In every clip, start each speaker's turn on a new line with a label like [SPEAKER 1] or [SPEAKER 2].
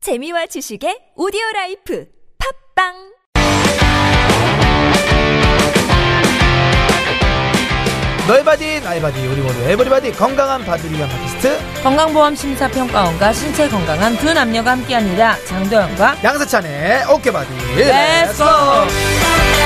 [SPEAKER 1] 재미와 지식의 오디오 라이프 팝빵
[SPEAKER 2] 너의 바디 나의 바디 우리 모두 에버리바디 건강한 바디를 위한 팟캐스트
[SPEAKER 3] 건강보험 심사평가원과 신체 건강한 두 남녀가 함께합니다. 장도연과
[SPEAKER 2] 양세찬의 어깨바디 네.
[SPEAKER 3] Let's go!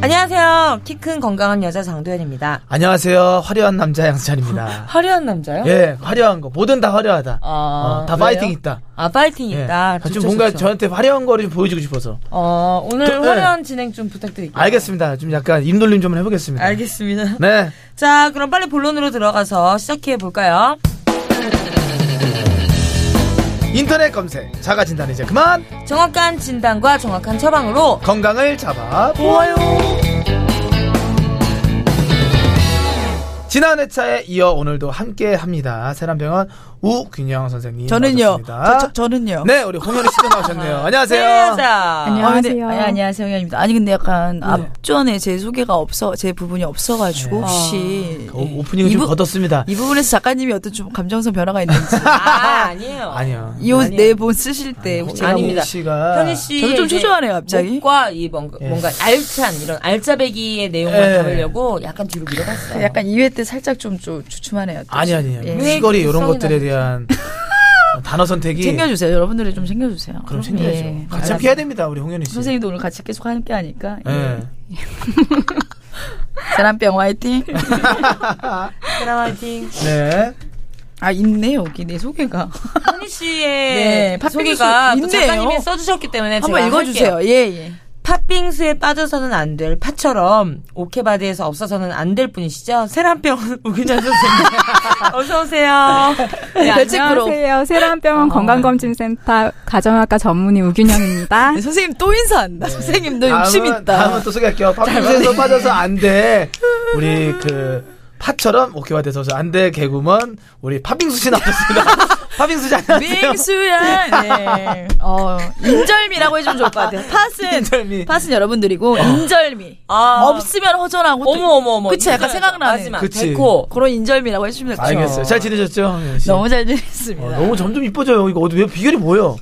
[SPEAKER 3] 안녕하세요. 키 큰 건강한 여자 장도연입니다.
[SPEAKER 2] 안녕하세요 화려한 남자 양세찬입니다
[SPEAKER 3] 화려한 남자요?
[SPEAKER 2] 예 화려한 거 뭐든 다 화려하다
[SPEAKER 3] 아,
[SPEAKER 2] 어, 다
[SPEAKER 3] 왜요?
[SPEAKER 2] 파이팅 있다
[SPEAKER 3] 아, 파이팅
[SPEAKER 2] 예.
[SPEAKER 3] 있다.
[SPEAKER 2] 좀
[SPEAKER 3] 좋죠,
[SPEAKER 2] 뭔가
[SPEAKER 3] 좋죠.
[SPEAKER 2] 저한테 화려한 거를 좀 보여주고 싶어서
[SPEAKER 3] 어, 오늘
[SPEAKER 2] 저- 예.
[SPEAKER 3] 화려한 진행 좀 부탁드릴게요.
[SPEAKER 2] 알겠습니다 좀 약간 입놀림 좀 해보겠습니다
[SPEAKER 3] 알겠습니다.
[SPEAKER 2] 네
[SPEAKER 3] 자, 그럼 빨리 본론으로 들어가서 시작해 볼까요?
[SPEAKER 2] 인터넷 검색 자가 진단 이제 그만
[SPEAKER 3] 정확한 진단과 정확한 처방으로
[SPEAKER 2] 건강을 잡아 보아요 지난 회차에 이어 오늘도 함께 합니다 세란병원 우균영 선생님
[SPEAKER 4] 저는요.
[SPEAKER 2] 나오셨습니다.
[SPEAKER 4] 저, 는요
[SPEAKER 2] 네, 우리 홍현희 씨도 나오셨네요. 안녕하세요.
[SPEAKER 3] 여자.
[SPEAKER 4] 안녕하세요. 아니, 안녕하세요. 형님입니다. 아니 근데 약간 앞전에 제 소개가 없어 제 부분이 없어가지고
[SPEAKER 2] 네.
[SPEAKER 3] 아.
[SPEAKER 4] 혹시 예.
[SPEAKER 2] 오- 오프닝을
[SPEAKER 4] 이
[SPEAKER 2] 좀
[SPEAKER 4] 부-
[SPEAKER 2] 걷었습니다.
[SPEAKER 4] 이 부분에서 작가님이 어떤 좀 감정성 변화가 있는지
[SPEAKER 3] 아, 아니에요.
[SPEAKER 2] 아니요.
[SPEAKER 4] 이내본 쓰실 때 혹시 제가
[SPEAKER 3] 아닙니다.
[SPEAKER 2] 홍현희 씨가
[SPEAKER 3] 현희 씨.
[SPEAKER 4] 저도 좀
[SPEAKER 3] 이제
[SPEAKER 4] 초조하네요, 갑자기.
[SPEAKER 3] 목과 이 뭔가,
[SPEAKER 2] 예.
[SPEAKER 3] 뭔가 알찬, 이런 알짜배기의 내용만
[SPEAKER 2] 예.
[SPEAKER 3] 담으려고 약간 뒤로
[SPEAKER 4] 뭐
[SPEAKER 3] 밀어봤어요.
[SPEAKER 4] 약간 2회 때 살짝 좀, 좀 주춤하네요. 또.
[SPEAKER 2] 아니 아니에요.
[SPEAKER 4] 예.
[SPEAKER 2] 시거리 이런
[SPEAKER 3] 성이
[SPEAKER 2] 것들에 대한 단어 선택이
[SPEAKER 4] 챙겨주세요. 여러분들이 좀 챙겨주세요.
[SPEAKER 2] 그럼 챙겨야죠.
[SPEAKER 4] 예. 아,
[SPEAKER 2] 같이 함께 해야 됩니다, 우리 홍현희 씨.
[SPEAKER 4] 선생님도 오늘 같이 계속 함께 하니까
[SPEAKER 2] 예.
[SPEAKER 4] 예. 사람병 화이팅.
[SPEAKER 3] 드라마팅.
[SPEAKER 2] 네.
[SPEAKER 4] 아 있네 여기 내 소개가.
[SPEAKER 3] 현희 씨의
[SPEAKER 4] 네, 팥빙수
[SPEAKER 3] 소개가 또
[SPEAKER 4] 있네요.
[SPEAKER 3] 작가님이 써주셨기 때문에 제가
[SPEAKER 4] 한번 읽어주세요.
[SPEAKER 3] 할게요.
[SPEAKER 4] 예예.
[SPEAKER 3] 팥빙수에 빠져서는 안 될 팥처럼 오케바디에서 없어서는 안 될 뿐이시죠. 세란병 우기자 선생님. 어서오세요. 네,
[SPEAKER 4] 대책부로.
[SPEAKER 5] 그러니까 안녕하세요. 어. 세란병원 건강검진센터 가정의학과 전문의 우균영입니다.
[SPEAKER 4] 네, 선생님 또 인사한다. 선생님 너 네, 욕심
[SPEAKER 2] 네. 다음은,
[SPEAKER 4] 있다.
[SPEAKER 2] 다음은 또 소개할게요. 팝에서 빠져서 안 돼. 우리 그 팥처럼 오케와 돼서 안돼 개구먼 우리 팥빙수 씨 나오셨습니다. 팥빙수 씨 안녕하세요.
[SPEAKER 4] 빙수야. 네. 어, 인절미라고 해주면 좋을 것 같아요. 팥은
[SPEAKER 2] 인절미. 어.
[SPEAKER 4] 팥은 여러분들이고 인절미
[SPEAKER 3] 아.
[SPEAKER 4] 없으면 허전하고 또
[SPEAKER 3] 어머, 어머, 어머.
[SPEAKER 4] 그치 약간 생각나는
[SPEAKER 3] 마지막.
[SPEAKER 2] 그치.
[SPEAKER 3] 데코.
[SPEAKER 4] 그런 인절미라고 해주시면 좋죠.
[SPEAKER 2] 알겠어요. 잘 지내셨죠? 홍현희 씨?
[SPEAKER 4] 너무 잘
[SPEAKER 2] 어,
[SPEAKER 4] 지냈습니다.
[SPEAKER 2] 너무 점점 이뻐져요. 이거 어디 왜 비결이 뭐예요?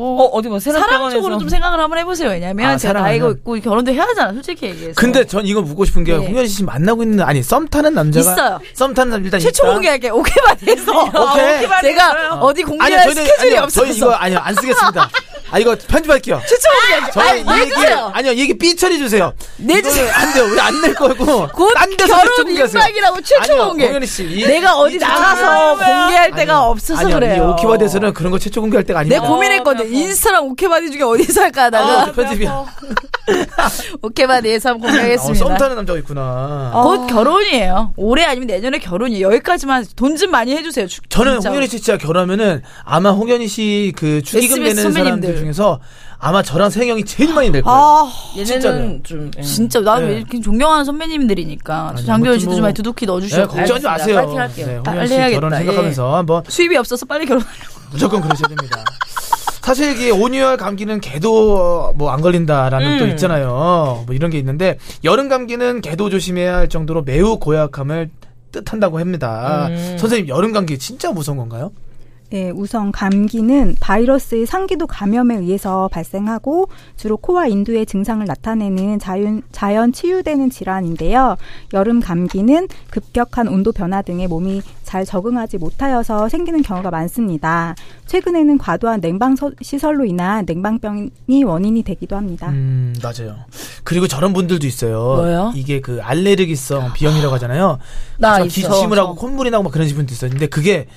[SPEAKER 3] 어, 어디 뭐,
[SPEAKER 4] 사랑
[SPEAKER 3] 세란병원에서.
[SPEAKER 4] 쪽으로 좀 생각을 한번 해보세요. 왜냐면
[SPEAKER 2] 아,
[SPEAKER 4] 제가
[SPEAKER 2] 사랑하면-
[SPEAKER 4] 나이가 있고 결혼도 해야 하잖아. 솔직히 얘기해서.
[SPEAKER 2] 근데 전 이거 묻고 싶은 게
[SPEAKER 4] 네.
[SPEAKER 2] 홍현 씨 만나고 있는 아니 썸 타는 남자가
[SPEAKER 4] 있어요.
[SPEAKER 2] 썸 타는 남자 일단
[SPEAKER 4] 최초
[SPEAKER 2] 있다.
[SPEAKER 4] 공개할게 오케바디에서
[SPEAKER 2] 오케이.
[SPEAKER 4] 제가 어디 공개할 스케줄이
[SPEAKER 2] 아니요,
[SPEAKER 4] 없어서
[SPEAKER 2] 저희 이거 아니요 안 쓰겠습니다. 아 이거 편집할게요.
[SPEAKER 4] 최초 공개할게.
[SPEAKER 2] 저희
[SPEAKER 4] 아니,
[SPEAKER 2] 이 얘기
[SPEAKER 4] 해주세요.
[SPEAKER 2] 아니요 이 얘기 삐처리 주세요.
[SPEAKER 4] 내주세요.
[SPEAKER 2] 이거는 안 돼요. 우리 안 낼 거고.
[SPEAKER 4] 곧
[SPEAKER 2] 딴 데서 최초
[SPEAKER 4] 결혼
[SPEAKER 2] 공개하세요.
[SPEAKER 4] 임박이라고 최초
[SPEAKER 2] 아니요,
[SPEAKER 4] 공개.
[SPEAKER 2] 홍현희 씨, 이-
[SPEAKER 4] 내가 어디
[SPEAKER 2] 이 최초
[SPEAKER 4] 나가서
[SPEAKER 2] 공개하는 거야.
[SPEAKER 4] 공개할 데가
[SPEAKER 2] 아니요.
[SPEAKER 4] 없어서
[SPEAKER 2] 네. 아니요,
[SPEAKER 4] 그래요.
[SPEAKER 2] 이 오키와드에서는 어, 그런 거 최초 공개할 때가
[SPEAKER 4] 내
[SPEAKER 2] 아닙니다.
[SPEAKER 4] 고민했거든. 인스타랑 오케바디 중에 어디서 할까 하다가
[SPEAKER 2] 아, 편집이야.
[SPEAKER 4] 오케바디에서 한번
[SPEAKER 2] 어, 썸
[SPEAKER 4] 공개하겠습니다. 어,
[SPEAKER 2] 타는 남자가 있구나.
[SPEAKER 4] 곧 결혼이에요. 올해 아니면 내년에 결혼이에요. 여기까지만 돈 좀 많이 해주세요. 주-
[SPEAKER 2] 저는
[SPEAKER 4] 진짜.
[SPEAKER 2] 홍현희 씨 진짜 결혼하면은 아마 홍현희 씨 그 축의금
[SPEAKER 4] SBS
[SPEAKER 2] 내는 사람들
[SPEAKER 4] 선배님들.
[SPEAKER 2] 중에서 아마 저랑 세경이 제일 많이 낼 거예요.
[SPEAKER 4] 아,
[SPEAKER 2] 진짜로요.
[SPEAKER 3] 얘네는 좀. 예.
[SPEAKER 4] 진짜 나는
[SPEAKER 2] 네.
[SPEAKER 4] 왜 이렇게 존경하는 선배님들이니까.
[SPEAKER 2] 아니,
[SPEAKER 4] 장도연
[SPEAKER 2] 아무튼
[SPEAKER 4] 씨도
[SPEAKER 2] 뭐-
[SPEAKER 4] 좀 많이
[SPEAKER 2] 네,
[SPEAKER 4] 두둑히 넣어주시고.
[SPEAKER 2] 걱정하지
[SPEAKER 3] 알겠습니다.
[SPEAKER 2] 마세요.
[SPEAKER 3] 파이팅 할게요.
[SPEAKER 2] 네,
[SPEAKER 4] 빨리
[SPEAKER 2] 홍현 씨
[SPEAKER 4] 해야겠다.
[SPEAKER 2] 결혼
[SPEAKER 4] 예.
[SPEAKER 2] 생각하면서 한번
[SPEAKER 4] 수입이 없어서 빨리 결혼하려고.
[SPEAKER 2] 무조건 그러셔야 됩니다. 사실 이게 온유열 감기는 개도 뭐 안 걸린다라는
[SPEAKER 3] 음.
[SPEAKER 2] 또 있잖아요. 뭐 이런 게 있는데 여름 감기는 개도 조심해야 할 정도로 매우 고약함을 뜻한다고 합니다.
[SPEAKER 4] 음.
[SPEAKER 2] 선생님 여름 감기 진짜 무서운 건가요?
[SPEAKER 5] 네, 우선 감기는 바이러스의 상기도 감염에 의해서 발생하고 주로 코와 인두의 증상을 나타내는 자연, 자연 치유되는 질환인데요. 여름 감기는 급격한 온도 변화 등에 몸이 잘 적응하지 못하여서 생기는 경우가 많습니다. 최근에는 과도한 냉방 서- 시설로 인한 냉방병이 원인이 되기도 합니다.
[SPEAKER 2] 음, 맞아요. 그리고 저런 분들도 있어요.
[SPEAKER 3] 뭐요?
[SPEAKER 2] 이게 그 알레르기성 비염이라고 하잖아요.
[SPEAKER 4] 나
[SPEAKER 2] 그래서
[SPEAKER 4] 있어.
[SPEAKER 2] 기침을
[SPEAKER 4] 저,
[SPEAKER 2] 하고 콧물이 나고 막 그런 분도 있어요. 근데 그게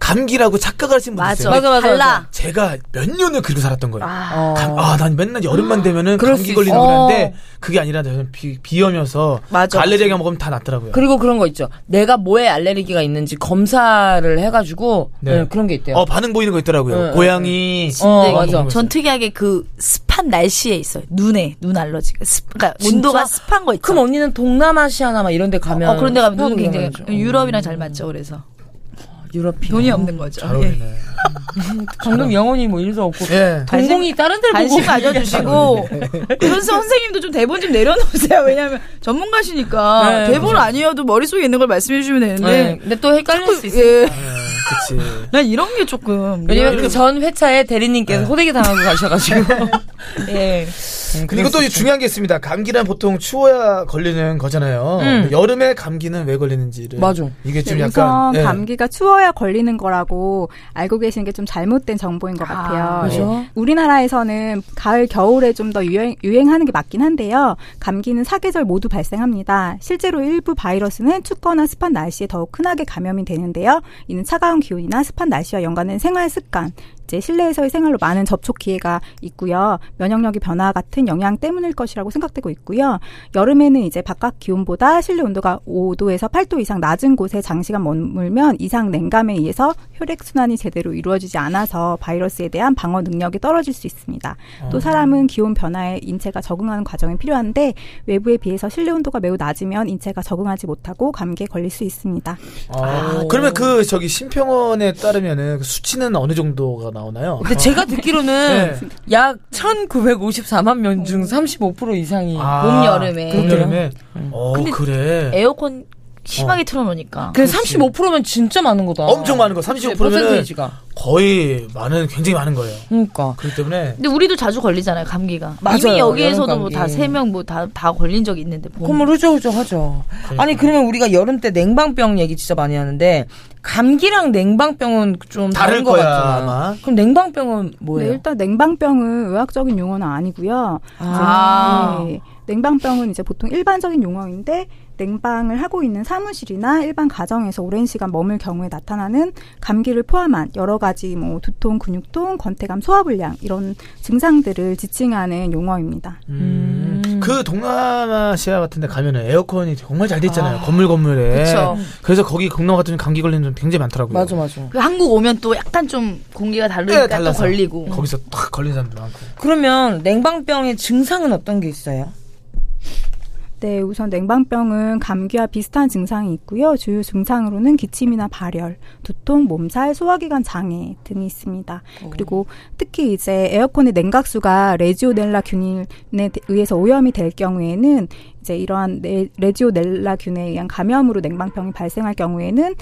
[SPEAKER 2] 감기라고 착각하시는 분도
[SPEAKER 4] 맞아.
[SPEAKER 2] 있어요.
[SPEAKER 3] 맞아, 맞아,
[SPEAKER 4] 달라.
[SPEAKER 3] 맞아.
[SPEAKER 2] 제가 몇 년을 그리고 살았던 거예요.
[SPEAKER 3] 어.
[SPEAKER 2] 감- 아, 난 맨날 여름만 되면은
[SPEAKER 3] 그럴 수
[SPEAKER 2] 감기
[SPEAKER 3] 있어.
[SPEAKER 2] 걸리는 줄 알았는데 그게 아니라 저는 비, 비염이어서
[SPEAKER 4] 맞아.
[SPEAKER 2] 알레르기가 먹으면 다 낫더라고요.
[SPEAKER 3] 그리고 그런 거 있죠. 내가 뭐에 알레르기가 있는지 검사를 해가지고
[SPEAKER 2] 네.
[SPEAKER 3] 예, 그런 게 있대요.
[SPEAKER 2] 어, 반응 보이는 거 있더라고요.
[SPEAKER 3] 응,
[SPEAKER 2] 고양이
[SPEAKER 3] 어, 맞아.
[SPEAKER 4] 네,
[SPEAKER 2] 먹는 거
[SPEAKER 4] 전
[SPEAKER 2] 있어요.
[SPEAKER 4] 특이하게 그 습한 날씨에 있어요. 눈에 눈 알러지가 습, 그러니까
[SPEAKER 3] 진짜?
[SPEAKER 4] 온도가 습한 거 있죠.
[SPEAKER 3] 그럼 언니는 동남아시아나 막 이런 어, 데 가면
[SPEAKER 4] 어, 그런 데 가면 눈
[SPEAKER 3] 습하고
[SPEAKER 4] 굉장히
[SPEAKER 3] 그러죠.
[SPEAKER 4] 음. 유럽이랑 잘 맞죠. 그래서
[SPEAKER 3] 유럽이
[SPEAKER 4] 돈이 없는 거죠.
[SPEAKER 2] 잘
[SPEAKER 4] 예.
[SPEAKER 2] 어울리네.
[SPEAKER 3] 방금 영혼이 뭐 일도 없고
[SPEAKER 2] 예.
[SPEAKER 3] 동공이 다른 데를 보고
[SPEAKER 4] 관심 가져주시고 그런 선생님도 좀 대본 좀 내려놓으세요. 왜냐하면 전문가시니까
[SPEAKER 3] 네,
[SPEAKER 4] 대본 아니어도 머릿속에 있는 걸 말씀해 주시면
[SPEAKER 3] 네.
[SPEAKER 4] 되는데
[SPEAKER 3] 근데 또 헷갈릴
[SPEAKER 4] 자꾸,
[SPEAKER 3] 수 있어요.
[SPEAKER 4] 예.
[SPEAKER 2] 예, 그치.
[SPEAKER 4] 난 이런 게 조금
[SPEAKER 3] 왜냐면 그 전 회차에 대리님께서 호되게 당하고 가셔가지고. 예.
[SPEAKER 2] 그리고 또 이 중요한 게 있습니다. 감기란 보통 추워야 걸리는 거잖아요. 근데 여름에 감기는 왜 걸리는지를
[SPEAKER 3] 맞아.
[SPEAKER 2] 이게 좀
[SPEAKER 5] 네,
[SPEAKER 2] 약간
[SPEAKER 5] 우선
[SPEAKER 2] 예.
[SPEAKER 5] 감기가 추워야 걸리는 거라고 알고 계시는 게 좀 잘못된 정보인 것 같아요.
[SPEAKER 3] 그죠?
[SPEAKER 5] 예. 우리나라에서는 가을 겨울에 좀 더 유행, 유행하는 게 맞긴 한데요. 감기는 사계절 모두 발생합니다. 실제로 일부 바이러스는 춥거나 습한 날씨에 더욱 흔하게 감염이 되는데요. 이는 차가운 기온이나 습한 날씨와 연관된 생활 습관, 이제 실내에서의 생활로 많은 접촉 기회가 있고요. 면역력의 변화 같은 영향 때문일 것이라고 생각되고 있고요. 여름에는 이제 바깥 기온보다 실내 온도가 5도에서 8도 이상 낮은 곳에 장시간 머물면 이상 냉감에 의해서 혈액 순환이 제대로 이루어지지 않아서 바이러스에 대한 방어 능력이 떨어질 수 있습니다. 또 사람은 기온 변화에 인체가 적응하는 과정이 필요한데 외부에 비해서 실내 온도가 매우 낮으면 인체가 적응하지 못하고 감기에 걸릴 수 있습니다.
[SPEAKER 2] 아, 그러면 그 저기 심평원에 따르면은 그 수치는 어느 정도가 나오나요?
[SPEAKER 3] 근데 제가 듣기로는
[SPEAKER 2] 네.
[SPEAKER 3] 약 1954만 명 중 35% 이상이.
[SPEAKER 2] 아,
[SPEAKER 4] 봄, 여름에.
[SPEAKER 2] 봄 여름에. 어
[SPEAKER 4] 근데
[SPEAKER 2] 그래.
[SPEAKER 4] 에어컨 심하게 틀어놓으니까
[SPEAKER 3] 그 35%면 진짜 많은 거다.
[SPEAKER 2] 엄청 많은 거. 35%면
[SPEAKER 3] 퍼센테이지가.
[SPEAKER 2] 거의 많은 굉장히 많은 거예요.
[SPEAKER 3] 그러니까.
[SPEAKER 2] 그렇기 때문에
[SPEAKER 4] 근데 우리도 자주 걸리잖아요 감기가
[SPEAKER 3] 맞아요,
[SPEAKER 4] 이미 여기에서도
[SPEAKER 3] 여름
[SPEAKER 4] 뭐
[SPEAKER 3] 감기.
[SPEAKER 4] 다 세 명 뭐 다 다 걸린 적 있는데 봄.
[SPEAKER 3] 콧물 흐적흐적 하죠.
[SPEAKER 2] 그러니까.
[SPEAKER 3] 아니, 그러면 우리가 여름 때 냉방병 얘기 진짜 많이 하는데, 감기랑 냉방병은 좀
[SPEAKER 2] 다를
[SPEAKER 3] 다른 거
[SPEAKER 2] 거야,
[SPEAKER 3] 같잖아.
[SPEAKER 2] 아마.
[SPEAKER 3] 그럼 냉방병은 뭐예요?
[SPEAKER 5] 네, 일단 냉방병은 의학적인 용어는 아니고요.
[SPEAKER 4] 아.
[SPEAKER 5] 네, 냉방병은 이제 보통 일반적인 용어인데 냉방을 하고 있는 사무실이나 일반 가정에서 오랜 시간 머물 경우에 나타나는 감기를 포함한 여러 가지 뭐 두통, 근육통, 건태감, 소화불량 이런 증상들을 지칭하는 용어입니다.
[SPEAKER 2] 음. 그 동남아시아 같은 데 가면은 에어컨이 정말 잘 돼 있잖아요. 건물 건물에.
[SPEAKER 4] 그쵸.
[SPEAKER 2] 래서 거기 건너 같은 감기 걸리는 좀 굉장히 많더라고요.
[SPEAKER 3] 맞아, 맞아.
[SPEAKER 4] 그 한국 오면 또 약간 좀 공기가
[SPEAKER 2] 네,
[SPEAKER 4] 다르니까 또
[SPEAKER 2] 달라서 음.
[SPEAKER 4] 걸리고
[SPEAKER 2] 거기서 탁 걸린 사람도 많고.
[SPEAKER 3] 그러면 냉방병의 증상은 어떤 게 있어요?
[SPEAKER 5] 네, 우선 냉방병은 감기와 비슷한 증상이 있고요. 주요 증상으로는 기침이나 발열, 두통, 몸살, 소화기관 장애 등이 있습니다. 그리고 특히 이제 에어컨의 냉각수가 레지오넬라 균에 대- 의해서 오염이 될 경우에는 이제 이러한 네- 레지오넬라 균에 의한 감염으로 냉방병이 발생할 경우에는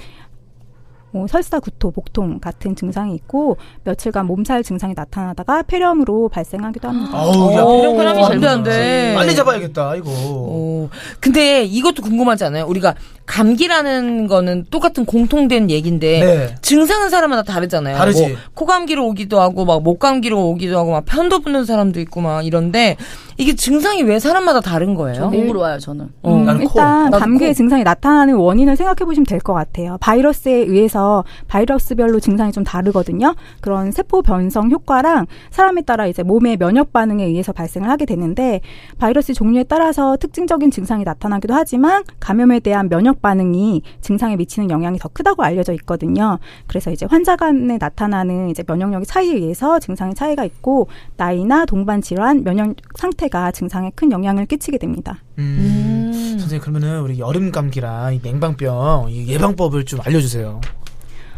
[SPEAKER 5] 뭐 설사, 구토, 복통 같은 증상이 있고 며칠간 몸살 증상이 나타나다가 폐렴으로 발생하기도 합니다.
[SPEAKER 2] 아우, 야,
[SPEAKER 3] 오,
[SPEAKER 2] 필요한 사람이
[SPEAKER 3] 안 돼,
[SPEAKER 2] 잘못
[SPEAKER 3] 안 돼. 어.
[SPEAKER 2] 나왔어. 빨리 잡아야겠다, 이거.
[SPEAKER 3] 오, 근데 이것도 궁금하지 않아요? 우리가 감기라는 거는 똑같은 공통된 얘기인데
[SPEAKER 2] 네.
[SPEAKER 3] 증상은 사람마다 다르잖아요.
[SPEAKER 2] 다르지.
[SPEAKER 3] 뭐 코감기로 오기도 하고 막 목감기로 오기도 하고 막 편도 붙는 사람도 있고 막 이런데 이게 증상이 왜 사람마다 다른 거예요?
[SPEAKER 4] 네. 몸으로 와요 저는
[SPEAKER 2] 음, 나는 코.
[SPEAKER 5] 일단
[SPEAKER 3] 나도
[SPEAKER 5] 감기의
[SPEAKER 3] 코.
[SPEAKER 5] 증상이 나타나는 원인을 생각해 보시면 될 것 같아요. 바이러스에 의해서 바이러스별로 증상이 좀 다르거든요. 그런 세포 변성 효과랑 사람에 따라 이제 몸의 면역 반응에 의해서 발생을 하게 되는데 바이러스 종류에 따라서 특징적인 증상이 나타나기도 하지만 감염에 대한 면역 반응이 증상에 미치는 영향이 더 크다고 알려져 있거든요. 그래서 이제 환자 간에 나타나는 이제 면역력의 차이에 의해서 증상의 차이가 있고 나이나 동반 질환, 면역 상태가 증상에 큰 영향을 끼치게 됩니다.
[SPEAKER 2] 음. 선생님, 그러면은 우리 여름 감기랑 이 냉방병 이 예방법을 좀 알려주세요.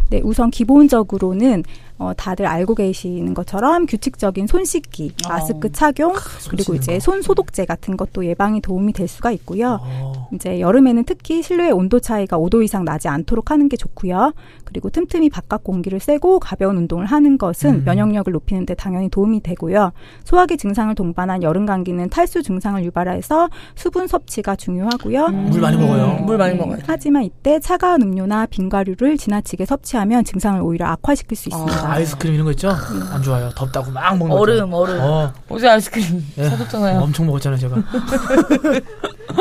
[SPEAKER 5] 네, 우선 기본적으로는 어, 다들 알고 계시는 것처럼 규칙적인 손 씻기, 마스크 착용, 그리고
[SPEAKER 2] 아, 씻는 거.
[SPEAKER 5] 이제 손 소독제 같은 것도 예방에 도움이 될 수가 있고요.
[SPEAKER 2] 어.
[SPEAKER 5] 이제 여름에는 특히 실내의 온도 차이가 5도 이상 나지 않도록 하는 게 좋고요. 그리고 틈틈이 바깥 공기를 쐬고 가벼운 운동을 하는 것은
[SPEAKER 2] 음.
[SPEAKER 5] 면역력을 높이는 데 당연히 도움이 되고요. 소화기 증상을 동반한 여름 감기는 탈수 증상을 유발해서 수분 섭취가 중요하고요.
[SPEAKER 2] 음.
[SPEAKER 5] 음.
[SPEAKER 2] 물 많이 먹어요.
[SPEAKER 3] 물 많이 먹어요.
[SPEAKER 5] 하지만 이때 차가운 음료나 빈과류를 지나치게 섭취하면 증상을 오히려 악화시킬 수 있습니다.
[SPEAKER 2] 아이스크림 이런 거 있죠? 안 좋아요. 덥다고 막 먹는 거.
[SPEAKER 4] 얼음 얼음
[SPEAKER 2] 어,
[SPEAKER 3] 어제 아이스크림
[SPEAKER 2] 예.
[SPEAKER 3] 사줬잖아요.
[SPEAKER 2] 엄청 먹었잖아요, 제가.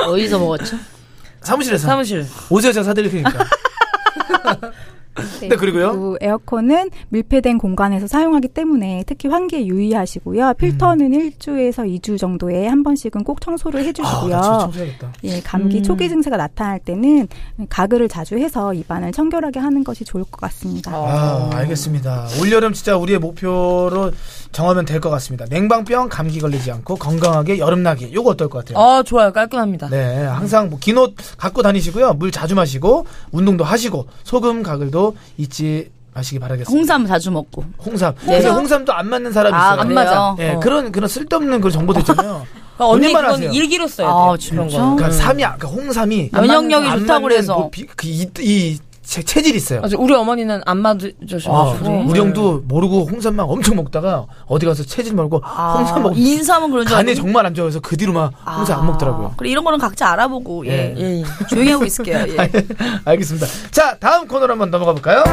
[SPEAKER 4] 어디서 먹었죠?
[SPEAKER 2] 사무실에서.
[SPEAKER 3] 사무실.
[SPEAKER 2] 오세요, 제가 사드릴 테니까. 네, 그리고요.
[SPEAKER 5] 또 에어컨은 밀폐된 공간에서 사용하기 때문에 특히 환기에
[SPEAKER 2] 음.
[SPEAKER 5] 유의하시고요. 필터는 일주에서 2주 정도에 한 번씩은 꼭 청소를
[SPEAKER 2] 아,
[SPEAKER 5] 해주시고요.
[SPEAKER 2] 나 진짜 음. 청소해야겠다.
[SPEAKER 5] 예, 감기 초기 증세가 나타날 때는 가글을 자주 해서 입안을 청결하게 하는 것이 좋을 것 같습니다.
[SPEAKER 2] 아, 알겠습니다. 올여름 진짜 우리의 목표로 정하면 될 것 같습니다. 냉방병, 감기 걸리지 않고 건강하게 여름나기. 요거 어떨 것 같아요?
[SPEAKER 3] 아 좋아요 깔끔합니다.
[SPEAKER 2] 네, 항상 긴 옷 갖고 다니시고요. 물 자주 마시고, 운동도 하시고, 소금 가글도 잊지 마시기 바라겠습니다.
[SPEAKER 4] 홍삼 자주 먹고.
[SPEAKER 2] 홍삼.
[SPEAKER 4] 네.
[SPEAKER 2] 근데 홍삼도 안 맞는 사람이
[SPEAKER 4] 아,
[SPEAKER 2] 있어요.
[SPEAKER 4] 안 맞아요?
[SPEAKER 2] 예,
[SPEAKER 3] 어.
[SPEAKER 2] 그런 그런 쓸데없는 그런 정보도 있잖아요.
[SPEAKER 3] 그러니까 언니
[SPEAKER 2] 본인만
[SPEAKER 3] 그건
[SPEAKER 2] 하세요.
[SPEAKER 3] 일기로 써야 돼.
[SPEAKER 4] 아,
[SPEAKER 3] 그런
[SPEAKER 4] 진짜?
[SPEAKER 3] 거.
[SPEAKER 2] 그러니까 삼이 아- 그러니까 홍삼이
[SPEAKER 4] 면역력이
[SPEAKER 2] 안
[SPEAKER 4] 좋다고
[SPEAKER 2] 맞는
[SPEAKER 4] 그래서.
[SPEAKER 2] 뭐 비- 그 이, 이 체, 체질이 있어요.
[SPEAKER 3] 맞아. 우리 어머니는 안
[SPEAKER 2] 아,
[SPEAKER 3] 맞으셔가지고.
[SPEAKER 2] 우리 형도 모르고 홍삼만 엄청 먹다가 어디 가서 체질 말고 그러니까 홍삼 먹고
[SPEAKER 4] 아, 인삼은 그런 줄
[SPEAKER 2] 간이
[SPEAKER 4] 알고. 아,
[SPEAKER 2] 정말 안 좋아서 그 뒤로 막 홍삼 안 먹더라고요.
[SPEAKER 4] 그래 이런 거는 각자 알아보고 예.
[SPEAKER 2] 예.
[SPEAKER 3] 예.
[SPEAKER 4] 조용히 하고 있을게요. 예.
[SPEAKER 2] 알겠습니다. 자, 다음 코너로 한번 넘어가 볼까요?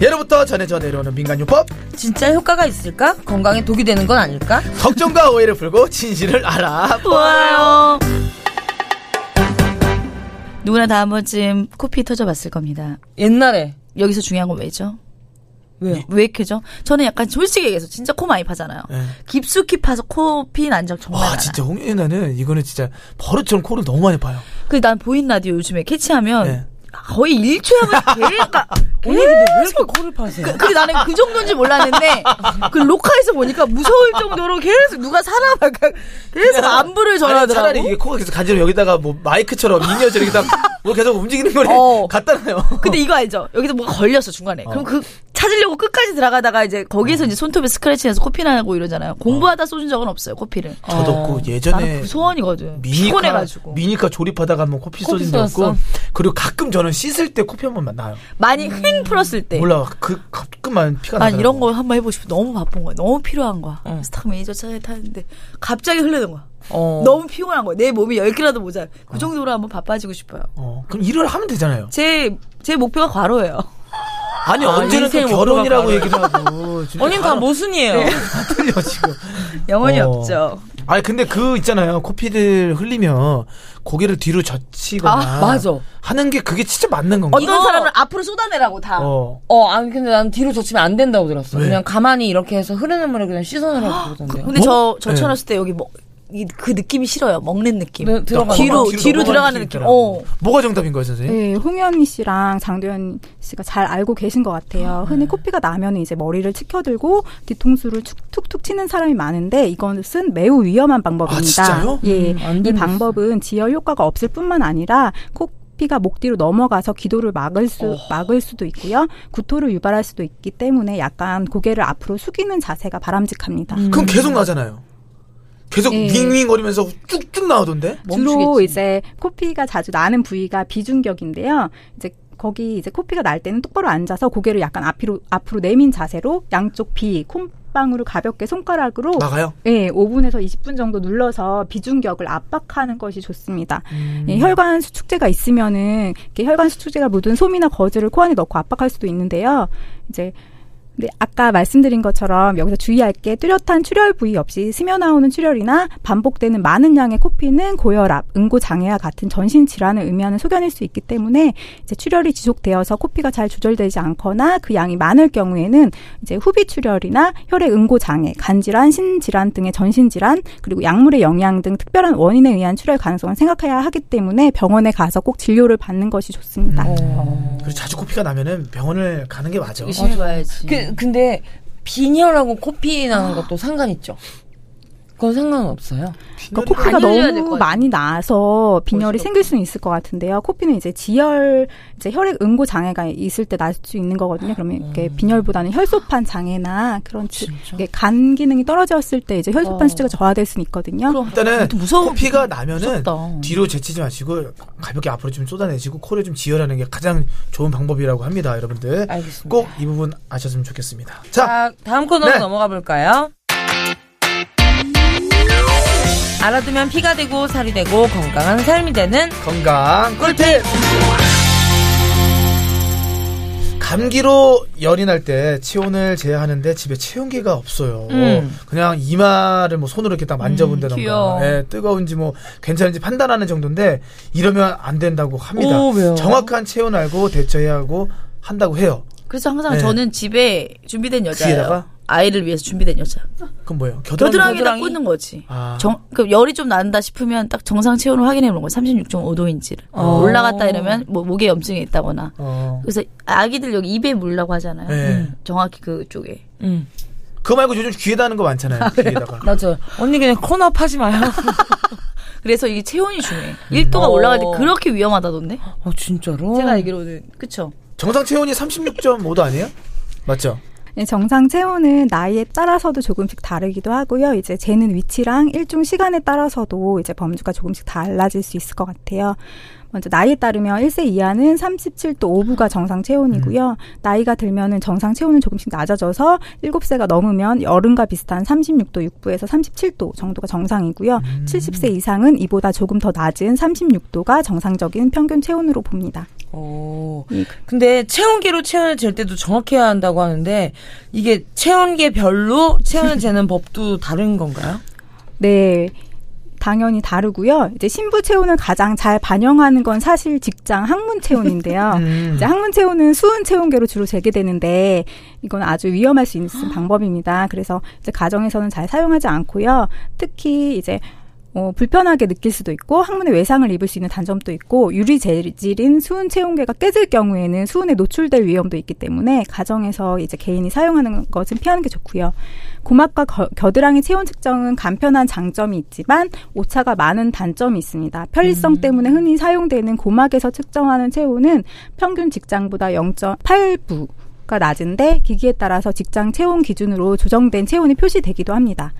[SPEAKER 2] 예로부터 전해져 내려오는 민간요법
[SPEAKER 3] 진짜 효과가 있을까? 건강에 독이 되는 건 아닐까?
[SPEAKER 2] 걱정과 오해를 풀고 진실을 알아
[SPEAKER 4] 좋아요. 누구나 다 한 번쯤 코피 터져봤을 겁니다.
[SPEAKER 3] 옛날에
[SPEAKER 4] 여기서 중요한 건 왜죠?
[SPEAKER 3] 왜요?
[SPEAKER 4] 왜 이렇게죠? 저는 약간 솔직히 얘기해서 진짜 코 많이 파잖아요.
[SPEAKER 2] 네.
[SPEAKER 4] 깊숙이 파서 코피 난 적 정말
[SPEAKER 2] 와
[SPEAKER 4] 많아.
[SPEAKER 2] 진짜 홍윤아는 이거는 진짜 버릇처럼 코를 너무 많이 봐요
[SPEAKER 4] 그난 보인 라디오 요즘에 캐치하면
[SPEAKER 2] 네.
[SPEAKER 4] 거의 1초에 한 번씩 계속 가-
[SPEAKER 3] 언니 근데 왜 이렇게 코를 파세요?
[SPEAKER 4] 그, 근데 나는 그 정도인지 몰랐는데 그 로카에서 보니까 무서울 정도로 계속 누가 사람 약간 계속 안부를
[SPEAKER 2] 아니, 차라리
[SPEAKER 4] 전하더라고.
[SPEAKER 2] 이게 코가 계속 간지러 여기다가 뭐 마이크처럼 인여처럼 여기다 뭐 계속 움직이는 거를
[SPEAKER 4] 어.
[SPEAKER 2] 갖다 놔요
[SPEAKER 4] 근데 이거 알죠? 여기서 뭐가 걸렸어 중간에. 그럼 그 찾으려고 끝까지 들어가다가 이제 거기에서 이제 손톱에 스크래치 나서 코피 나고 이러잖아요. 공부하다 쏟은 적은 없어요 코피를.
[SPEAKER 2] 저도 그
[SPEAKER 4] 나는
[SPEAKER 2] 예전에 아,
[SPEAKER 4] 구소원이거든.
[SPEAKER 2] 미니카,
[SPEAKER 4] 피곤해가지고
[SPEAKER 2] 미니카 조립하다가 한번 코피
[SPEAKER 3] 코피
[SPEAKER 2] 쏟은 적 있고
[SPEAKER 3] 쏟았어?
[SPEAKER 2] 그리고 가끔 저는 씻을 때 코피 한 번 나요
[SPEAKER 4] 많이 횡 풀었을 때.
[SPEAKER 2] 몰라 그 가끔만 피가 나
[SPEAKER 4] 난 네. 이런 거 한번 해보고 싶어. 너무 바쁜 거야. 너무 필요한 거야.
[SPEAKER 3] 응.
[SPEAKER 4] 그래서 딱 매니저 차에 타는데 갑자기 흐르는 거야.
[SPEAKER 3] 어.
[SPEAKER 4] 너무 피곤한 거야. 내 몸이 10개라도 모자. 그 정도로 한번 바빠지고 싶어요.
[SPEAKER 2] 어, 그럼 일을 하면 되잖아요
[SPEAKER 4] 제, 제 목표가 과로예요.
[SPEAKER 2] 아니
[SPEAKER 3] 아,
[SPEAKER 2] 언제는 또
[SPEAKER 3] 인생
[SPEAKER 2] 결혼이라고
[SPEAKER 3] 오토바이
[SPEAKER 2] 얘기를 하고 진짜
[SPEAKER 3] 언니는 다
[SPEAKER 4] 뭐-
[SPEAKER 2] 바로
[SPEAKER 3] 모순이에요.
[SPEAKER 2] 다 틀려 지금
[SPEAKER 4] 영혼이
[SPEAKER 2] 어.
[SPEAKER 4] 없죠.
[SPEAKER 2] 아니 근데 그 있잖아요 코피를 흘리면 고개를 뒤로 젖히거나
[SPEAKER 3] 아, 맞아.
[SPEAKER 2] 하는 게 그게 진짜 맞는 건가?
[SPEAKER 4] 어떤 사람을 앞으로 쏟아내라고 다.
[SPEAKER 2] 어.
[SPEAKER 3] 어, 아니 근데 난 뒤로 젖히면 안 된다고 들었어.
[SPEAKER 2] 왜?
[SPEAKER 3] 그냥 가만히 이렇게 해서 흐르는 물에 그냥 씻어내라고 그러던데요.
[SPEAKER 4] 근데
[SPEAKER 2] 뭐?
[SPEAKER 4] 저, 저 쳐놨을 때 여기 뭐, 이, 그 느낌이 싫어요. 먹는 느낌.
[SPEAKER 3] 네,
[SPEAKER 2] 그러니까
[SPEAKER 3] 들어가는
[SPEAKER 4] 뒤로,
[SPEAKER 3] 거.
[SPEAKER 4] 뒤로,
[SPEAKER 3] 뒤로
[SPEAKER 4] 들어가는
[SPEAKER 2] 게
[SPEAKER 4] 느낌.
[SPEAKER 2] 있더라고.
[SPEAKER 4] 어.
[SPEAKER 2] 뭐가 정답인 거예요, 선생님?
[SPEAKER 5] 네, 홍현희 씨랑 장도연 씨가 잘 알고 계신 것 같아요. 흔히 코피가 나면 이제 머리를 치켜들고 뒤통수를 축- 툭툭 치는 사람이 많은데 이것은 매우 위험한 방법입니다.
[SPEAKER 2] 진짜요?
[SPEAKER 5] 예,
[SPEAKER 3] 안
[SPEAKER 5] 이
[SPEAKER 3] 되는
[SPEAKER 5] 방법은 지혈 효과가 없을 뿐만 아니라 코 피가 목 뒤로 넘어가서 기도를 막을 수 막을 수도 있고요. 구토를 유발할 수도 있기 때문에 약간 고개를 앞으로 숙이는 자세가 바람직합니다.
[SPEAKER 4] 음.
[SPEAKER 2] 그럼 계속 나잖아요. 계속
[SPEAKER 5] 예.
[SPEAKER 2] 윙윙거리면서 쭉쭉 나오던데?
[SPEAKER 5] 주로
[SPEAKER 3] 멈추겠지.
[SPEAKER 5] 이제 코피가 자주 나는 부위가 비중격인데요. 이제 거기 이제 코피가 날 때는 똑바로 앉아서 고개를 약간 앞으로 앞으로 내민 자세로 양쪽 비 콧방으로 가볍게 손가락으로
[SPEAKER 2] 나가요?
[SPEAKER 5] 예, 5분에서 20분 정도 눌러서 비중격을 압박하는 것이 좋습니다. 예, 혈관 수축제가 있으면은 이렇게 혈관 수축제가 묻은 솜이나 거즈를 코 안에 넣고 압박할 수도 있는데요. 이제 근데 아까 말씀드린 것처럼 여기서 주의할 게 뚜렷한 출혈 부위 없이 스며 나오는 출혈이나 반복되는 많은 양의 코피는 고혈압, 응고 장애와 같은 전신 질환을 의미하는 소견일 수 있기 때문에 이제 출혈이 지속되어서 코피가 잘 조절되지 않거나 그 양이 많을 경우에는 이제 후비 출혈이나 혈액 응고 장애, 간질환, 신질환 등의 전신 질환, 그리고 약물의 영향 등 특별한 원인에 의한 출혈 가능성을 생각해야 하기 때문에 병원에 가서 꼭 진료를 받는 것이 좋습니다.
[SPEAKER 2] 그리고 자주 코피가 나면은 병원을 가는 게 맞아.
[SPEAKER 4] 의심해 봐야지.
[SPEAKER 3] 그, 근데 빈혈하고 코피 나는 것도 상관 있죠. 그건 상관은 없어요.
[SPEAKER 5] 그러니까 코피가
[SPEAKER 4] 많이 흘려야 될것
[SPEAKER 5] 너무
[SPEAKER 4] 같아요.
[SPEAKER 5] 많이 나서 빈혈이 생길 수는 있을 것 같은데요. 코피는 이제 지혈, 이제 혈액 응고 장애가 있을 때 날 수 있는 거거든요. 그러면 이렇게
[SPEAKER 4] 음.
[SPEAKER 5] 빈혈보다는 혈소판 장애나 그런 지- 이게 간 기능이 떨어졌을 때 이제 혈소판
[SPEAKER 3] 어.
[SPEAKER 5] 수치가 저하될 수는 있거든요.
[SPEAKER 2] 일단은
[SPEAKER 4] 또 아, 무서워.
[SPEAKER 2] 코피가 나면은
[SPEAKER 4] 무섭다.
[SPEAKER 2] 뒤로 제치지 마시고 가볍게 앞으로 좀 쏟아내시고 코를 좀 지혈하는 게 가장 좋은 방법이라고 합니다, 여러분들.
[SPEAKER 3] 알겠습니다.
[SPEAKER 2] 꼭 이 부분 아셨으면 좋겠습니다. 자,
[SPEAKER 3] 자, 다음 코너로
[SPEAKER 2] 네.
[SPEAKER 3] 넘어가 볼까요? 알아두면 피가 되고 살이 되고 건강한 삶이 되는
[SPEAKER 2] 건강 꿀팁. 감기로 열이 날 때 체온을 재하는데 집에 체온계가 없어요.
[SPEAKER 3] 음.
[SPEAKER 2] 그냥 이마를 뭐 손으로 이렇게 딱 만져본다던가,
[SPEAKER 4] 음, 귀여워.
[SPEAKER 2] 예, 뜨거운지 뭐 괜찮은지 판단하는 정도인데 이러면 안 된다고 합니다.
[SPEAKER 3] 오, 왜요?
[SPEAKER 2] 정확한 체온 알고 대처해야 하고 한다고 해요.
[SPEAKER 4] 그래서 항상
[SPEAKER 2] 네.
[SPEAKER 4] 저는 집에 준비된 여자예요.
[SPEAKER 2] 귀에다가?
[SPEAKER 4] 아이를 위해서 준비된 여자.
[SPEAKER 2] 그럼 뭐예요? 겨드랑이.
[SPEAKER 4] 겨드랑이에다
[SPEAKER 3] 겨드랑이?
[SPEAKER 4] 꽂는 거지.
[SPEAKER 2] 아.
[SPEAKER 4] 정, 그 열이 좀 난다 싶으면 딱 정상 체온을 확인해 보는 거예요. 36.5도인지를. 올라갔다 이러면 뭐 목에 염증이 있다거나.
[SPEAKER 2] 어.
[SPEAKER 4] 그래서 아기들 여기 입에 물라고 하잖아요.
[SPEAKER 2] 네.
[SPEAKER 4] 음, 정확히 그쪽에.
[SPEAKER 3] 음.
[SPEAKER 4] 아,
[SPEAKER 2] 그거 말고 요즘 귀에다 하는 거 많잖아요. 귀에다가.
[SPEAKER 3] 맞아요. 언니 그냥 코너 파지 마요.
[SPEAKER 4] 그래서 이게 체온이
[SPEAKER 2] 음.
[SPEAKER 4] 중요해.
[SPEAKER 2] 어.
[SPEAKER 4] 1도가 올라갈 때 그렇게 위험하다던데?
[SPEAKER 3] 어, 진짜로?
[SPEAKER 4] 제가 알기로는. 그쵸?
[SPEAKER 2] 정상 체온이 36.5도 아니에요? 맞죠?
[SPEAKER 5] 네, 정상 체온은 나이에 따라서도 조금씩 다르기도 하고요. 이제 재는 위치랑 일종 시간에 따라서도 이제 범주가 조금씩 달라질 수 있을 것 같아요. 먼저 나이에 따르면 1세 이하는 37도 5부가 정상 체온이고요. 나이가 들면은 정상 체온은 조금씩 낮아져서 7세가 넘으면 여름과 비슷한 36도 6부에서 37도 정도가 정상이고요. 70세 이상은 이보다 조금 더 낮은 36도가 정상적인 평균 체온으로 봅니다.
[SPEAKER 3] 어. 근데 체온계로 체온을 잴 때도 정확해야 한다고 하는데 이게 체온계별로 체온을 재는 법도 다른 건가요?
[SPEAKER 5] 네. 당연히 다르고요. 이제 신부 체온을 가장 잘 반영하는 건 사실 직장 학문 체온인데요. 이제 학문 체온은 수은 체온계로 주로 재개되는데 이건 아주 위험할 수 있는 방법입니다. 그래서 이제 가정에서는 잘 사용하지 않고요. 특히 이제 어, 불편하게 느낄 수도 있고 항문의 외상을 입을 수 있는 단점도 있고 유리 재질인 수은 체온계가 깨질 경우에는 수은에 노출될 위험도 있기 때문에 가정에서 이제 개인이 사용하는 것은 피하는 게 좋고요. 고막과 거- 겨드랑이 체온 측정은 간편한 장점이 있지만 오차가 많은 단점이 있습니다. 편리성 때문에 흔히 사용되는 고막에서 측정하는 체온은 평균 직장보다 0.8부 가 낮은데 기기에 따라서 직장 체온 기준으로 조정된 체온이 표시되기도 합니다.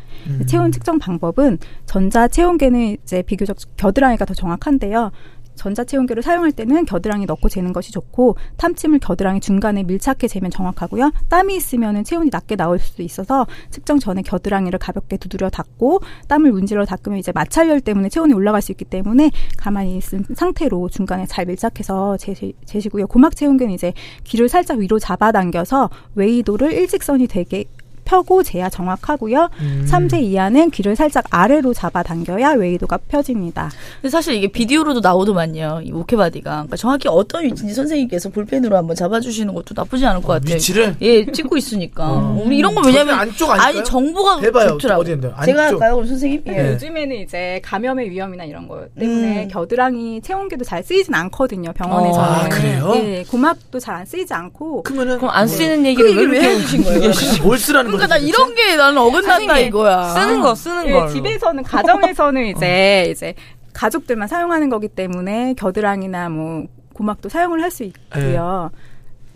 [SPEAKER 5] 체온 측정 방법은 전자 체온계는 이제 비교적 겨드랑이가 더 정확한데요. 전자 체온계를 사용할 때는 겨드랑이 넣고 재는 것이 좋고 탐침을 겨드랑이 중간에 밀착해 재면 정확하고요. 땀이 있으면 체온이 낮게 나올 수도 있어서 측정 전에 겨드랑이를 가볍게 두드려 닦고 땀을 문질러 닦으면 이제 마찰열 때문에 체온이 올라갈 수 있기 때문에 가만히 있은 상태로 중간에 잘 밀착해서 재시, 재시고요. 고막 체온계는 이제 귀를 살짝 위로 잡아당겨서 웨이도를 일직선이 되게 펴고 재야 정확하고요. 삼 3세 이하는 귀를 살짝 아래로 잡아당겨야 웨이도가 펴집니다.
[SPEAKER 4] 근데 사실 이게 비디오로도 나오더만요. 이 오케바디가. 그러니까 정확히 어떤 위치인지 선생님께서 볼펜으로 한번 잡아주시는 것도 나쁘지 않을 것 같아요.
[SPEAKER 2] 어, 위치를? 어.
[SPEAKER 4] 예, 찍고 있으니까. 음, 이런 건
[SPEAKER 2] 저기
[SPEAKER 4] 왜냐면.
[SPEAKER 2] 안쪽 아닐까요?
[SPEAKER 4] 아니, 정보가
[SPEAKER 2] 해봐요.
[SPEAKER 4] 좋더라고요.
[SPEAKER 2] 어디인데요?
[SPEAKER 4] 제가
[SPEAKER 2] 안쪽.
[SPEAKER 4] 할까요, 그럼 선생님? 예.
[SPEAKER 2] 네.
[SPEAKER 5] 요즘에는 이제 감염의 위험이나 이런 거 때문에 겨드랑이 체온계도 잘 쓰이진 않거든요. 병원에서는.
[SPEAKER 2] 아, 그래요?
[SPEAKER 5] 네, 고막도 잘 안 쓰이지 않고
[SPEAKER 2] 그러면은
[SPEAKER 3] 뭐 그럼 안 쓰이는 얘기를 왜
[SPEAKER 4] 얘기를
[SPEAKER 3] 이렇게
[SPEAKER 4] 왜 해주신 거예요?
[SPEAKER 2] 뭘 쓰라는 거죠?
[SPEAKER 4] 그러니까 나 이런 게 나는 어긋난다
[SPEAKER 3] 선생님,
[SPEAKER 4] 이거야.
[SPEAKER 3] 쓰는 거 쓰는
[SPEAKER 5] 네,
[SPEAKER 3] 거
[SPEAKER 5] 집에서는 가정에서는 이제 이제 가족들만 사용하는 거기 때문에 겨드랑이나 뭐 고막도 사용을 할 수 있고요.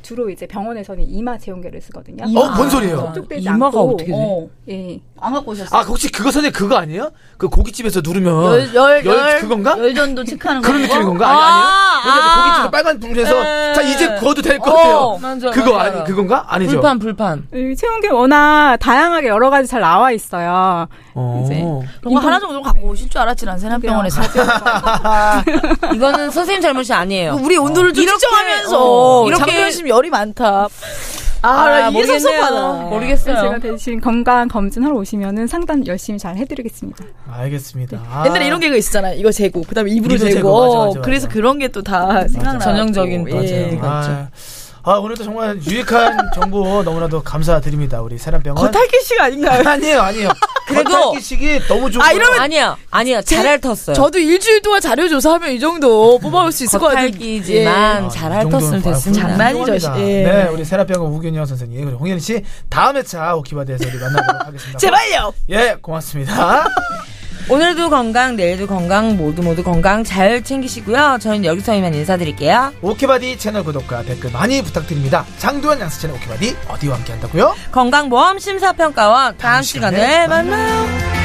[SPEAKER 5] 주로 이제 병원에서는 이마 체온계를 쓰거든요. 아,
[SPEAKER 2] 어, 뭔 소리예요?
[SPEAKER 5] 접촉되지
[SPEAKER 3] 이마가
[SPEAKER 5] 않고.
[SPEAKER 3] 어떻게 돼?
[SPEAKER 4] 어.
[SPEAKER 5] 예.
[SPEAKER 4] 안 갖고 오셨어요?
[SPEAKER 2] 아, 혹시 그거 선생 그거 아니에요? 그 고깃집에서 누르면
[SPEAKER 4] 열, 열,
[SPEAKER 2] 열
[SPEAKER 4] 열,
[SPEAKER 2] 그건가?
[SPEAKER 4] 열전도 체크하는 거.
[SPEAKER 2] 그런 느낌인 건가? 아니, 아니에요? 여기 앞에 고깃집에 빨간 불에서 자, 이제 그어도 될 것
[SPEAKER 4] 어,
[SPEAKER 2] 같아요.
[SPEAKER 3] 맞아,
[SPEAKER 2] 그거
[SPEAKER 3] 맞아요.
[SPEAKER 2] 아니 그건가? 아니죠.
[SPEAKER 3] 불판 불판
[SPEAKER 5] 이 체온계 워낙 다양하게 여러 가지 잘 나와 있어요.
[SPEAKER 2] 어.
[SPEAKER 5] 이제.
[SPEAKER 4] 그런 거뭐 하나 정도 갖고 오실 줄 알았지 난 세남병원에서.
[SPEAKER 3] 이거는 선생님 잘못이 아니에요
[SPEAKER 4] 우리 온도를 좀
[SPEAKER 3] 이렇게,
[SPEAKER 4] 측정하면서
[SPEAKER 3] 어, 이렇게-
[SPEAKER 4] 장도현 씨 열이 많다. 아, 나 이게
[SPEAKER 3] 모르겠네요.
[SPEAKER 4] 섭섭하다.
[SPEAKER 5] 제가
[SPEAKER 3] 모르겠어요
[SPEAKER 5] 대신 건강 검진하러 오시면은 상담 열심히 잘 해드리겠습니다.
[SPEAKER 2] 알겠습니다. 아.
[SPEAKER 4] 옛날에 이런 게 있었잖아요. 이거 재고, 그 다음에 입으로
[SPEAKER 2] 입으로
[SPEAKER 4] 재고.
[SPEAKER 2] 재고, 맞아, 맞아, 맞아.
[SPEAKER 4] 그래서 그런 게 또 다 생각나.
[SPEAKER 3] 전형적인
[SPEAKER 2] 맞아요.
[SPEAKER 3] 예,
[SPEAKER 2] 아, 아, 오늘도 정말 유익한 정보 너무나도 감사드립니다. 우리 세란병원.
[SPEAKER 4] 겉핥기 씨가 아닌가요?
[SPEAKER 2] 아니에요, 아니에요.
[SPEAKER 3] 그래도-
[SPEAKER 2] 식이 너무 좋은
[SPEAKER 4] 아,
[SPEAKER 2] 거예요.
[SPEAKER 4] 이러면-
[SPEAKER 3] 아니야 아니야 잘 핥았어요
[SPEAKER 4] 저도 일주일 동안 자료 조사하면 이 정도 뽑아올 수 있을 것 같아요.
[SPEAKER 3] 겉핥기지만
[SPEAKER 2] 아,
[SPEAKER 3] 잘
[SPEAKER 2] 이 정도는
[SPEAKER 3] 핥았으면
[SPEAKER 2] 거의
[SPEAKER 3] 됐습니다
[SPEAKER 2] 훌륭한
[SPEAKER 4] 장난이죠,
[SPEAKER 2] 정보입니다.
[SPEAKER 4] 씨. 예.
[SPEAKER 2] 네, 우리 세라병원 우균현 선생님 그리고 홍현 씨 다음 회차 오키바드에서 우리 만나보도록 하겠습니다.
[SPEAKER 4] 제발요!
[SPEAKER 2] 예, 고맙습니다.
[SPEAKER 3] 오늘도 건강 내일도 건강 모두 모두 건강 잘 챙기시고요 저희는 여기서 이만 인사드릴게요
[SPEAKER 2] 오키바디 채널 구독과 댓글 많이 부탁드립니다. 장두현 양수 채널 오키바디 어디와 함께 한다고요?
[SPEAKER 3] 건강보험 심사평가원 다음 시간에 만나요.